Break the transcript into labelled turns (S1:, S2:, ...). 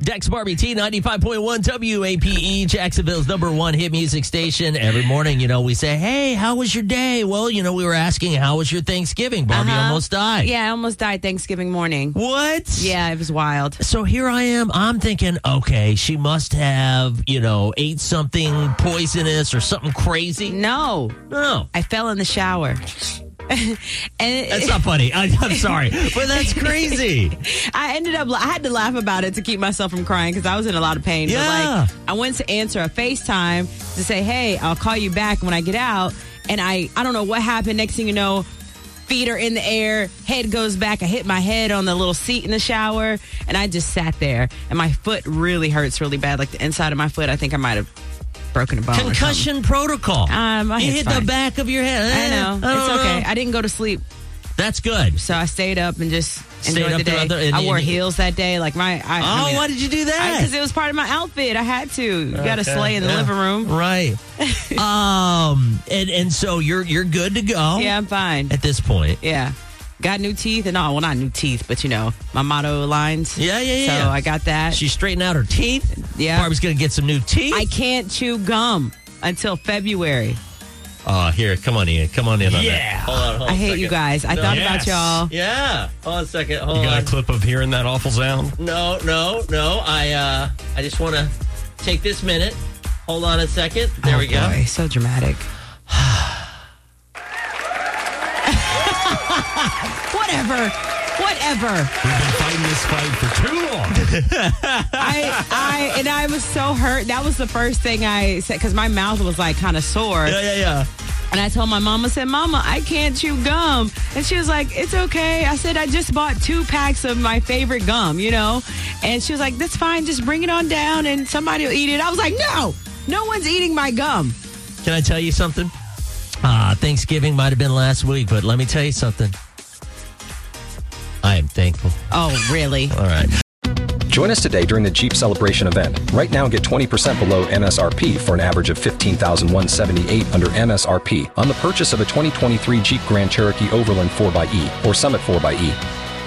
S1: Dex Barbie T 95.1 WAPE, E, Jacksonville's number one hit music station. Every morning, you know, we say, Hey, how was your day? Well, you know, we were asking, How was your Thanksgiving? Barbie
S2: Uh-huh.
S1: almost died.
S2: Yeah, I almost died Thanksgiving morning.
S1: What?
S2: Yeah, it was wild.
S1: So here I am. I'm thinking, okay, she must have, you know, ate something poisonous or something crazy.
S2: No,
S1: No.
S2: I fell in the shower. and it-
S1: That's not funny. I, I'm sorry, but that's crazy.
S2: I ended up, I had to laugh about it to keep myself from crying because I was in a lot of pain.
S1: Yeah.
S2: But like, I went to answer a FaceTime to say, hey, I'll call you back when I get out. And I, I don't know what happened. Next thing you know, feet are in the air, head goes back. I hit my head on the little seat in the shower and I just sat there. And my foot really hurts really bad. Like the inside of my foot, I think I might have broken a bone. or something.
S1: Concussion protocol.
S2: Uh, my
S1: you
S2: head's
S1: hit the
S2: fine.
S1: back of your head.
S2: I
S1: Eh,
S2: know.
S1: don't
S2: it's okay.
S1: know.
S2: I didn't go to sleep,
S1: That's good.
S2: so I stayed up and just
S1: Stayed
S2: enjoyed
S1: up
S2: the day.
S1: throughout the- and-
S2: I wore
S1: and-
S2: heels that day. Like my, I,
S1: Oh, why did you do that?
S2: Because it was part of my outfit. I had to. You got
S1: Okay.
S2: to slay in the
S1: Yeah.
S2: living room.
S1: right? um, and and so you're you're good to go.
S2: Yeah, I'm fine.
S1: At this point,
S2: Yeah, got new teeth and all. Well, not new teeth, but you know my motto lines.
S1: Yeah, yeah, yeah,
S2: So
S1: yeah.
S2: I got that.
S1: she straightened out her teeth.
S2: Yeah.
S1: Barbie's gonna get some new teeth.
S2: I can't chew gum until February.
S1: Oh, here, come on in, come on in on
S3: Yeah.
S1: that. Hold on, hold
S2: I
S1: on Oh, a
S2: hate you
S1: second.
S2: guys. I thought about
S3: Yes.
S2: y'all.
S1: Yeah, hold on a second. Hold
S3: You got
S1: on.
S3: a clip of hearing that awful sound?
S1: No, no, no. I uh, I just want to take this minute. Hold on a second. There
S2: Oh,
S1: we go.
S2: boy, so dramatic. Whatever. Whatever.
S3: We've been fighting this fight for too long.
S2: I, I, and I was so hurt. That was the first thing I said because my mouth was like kind of sore.
S1: Yeah, yeah, yeah.
S2: And I told my mom, I said, Mama, I can't chew gum. And she was like, It's okay. I said, I just bought two packs of my favorite gum, you know? And she was like, That's fine. Just bring it on down and somebody will eat it. I was like, No, no one's eating my gum.
S1: Can I tell you something? Ah, Thanksgiving might have been last week, but let me tell you something. I am thankful.
S2: Oh, really?
S1: All right.
S4: Join us today during the Jeep Celebration event. Right now, get 20% below MSRP for an average of 15178 under MSRP on the purchase of a 2023 Jeep Grand Cherokee Overland 4xE or Summit 4xE.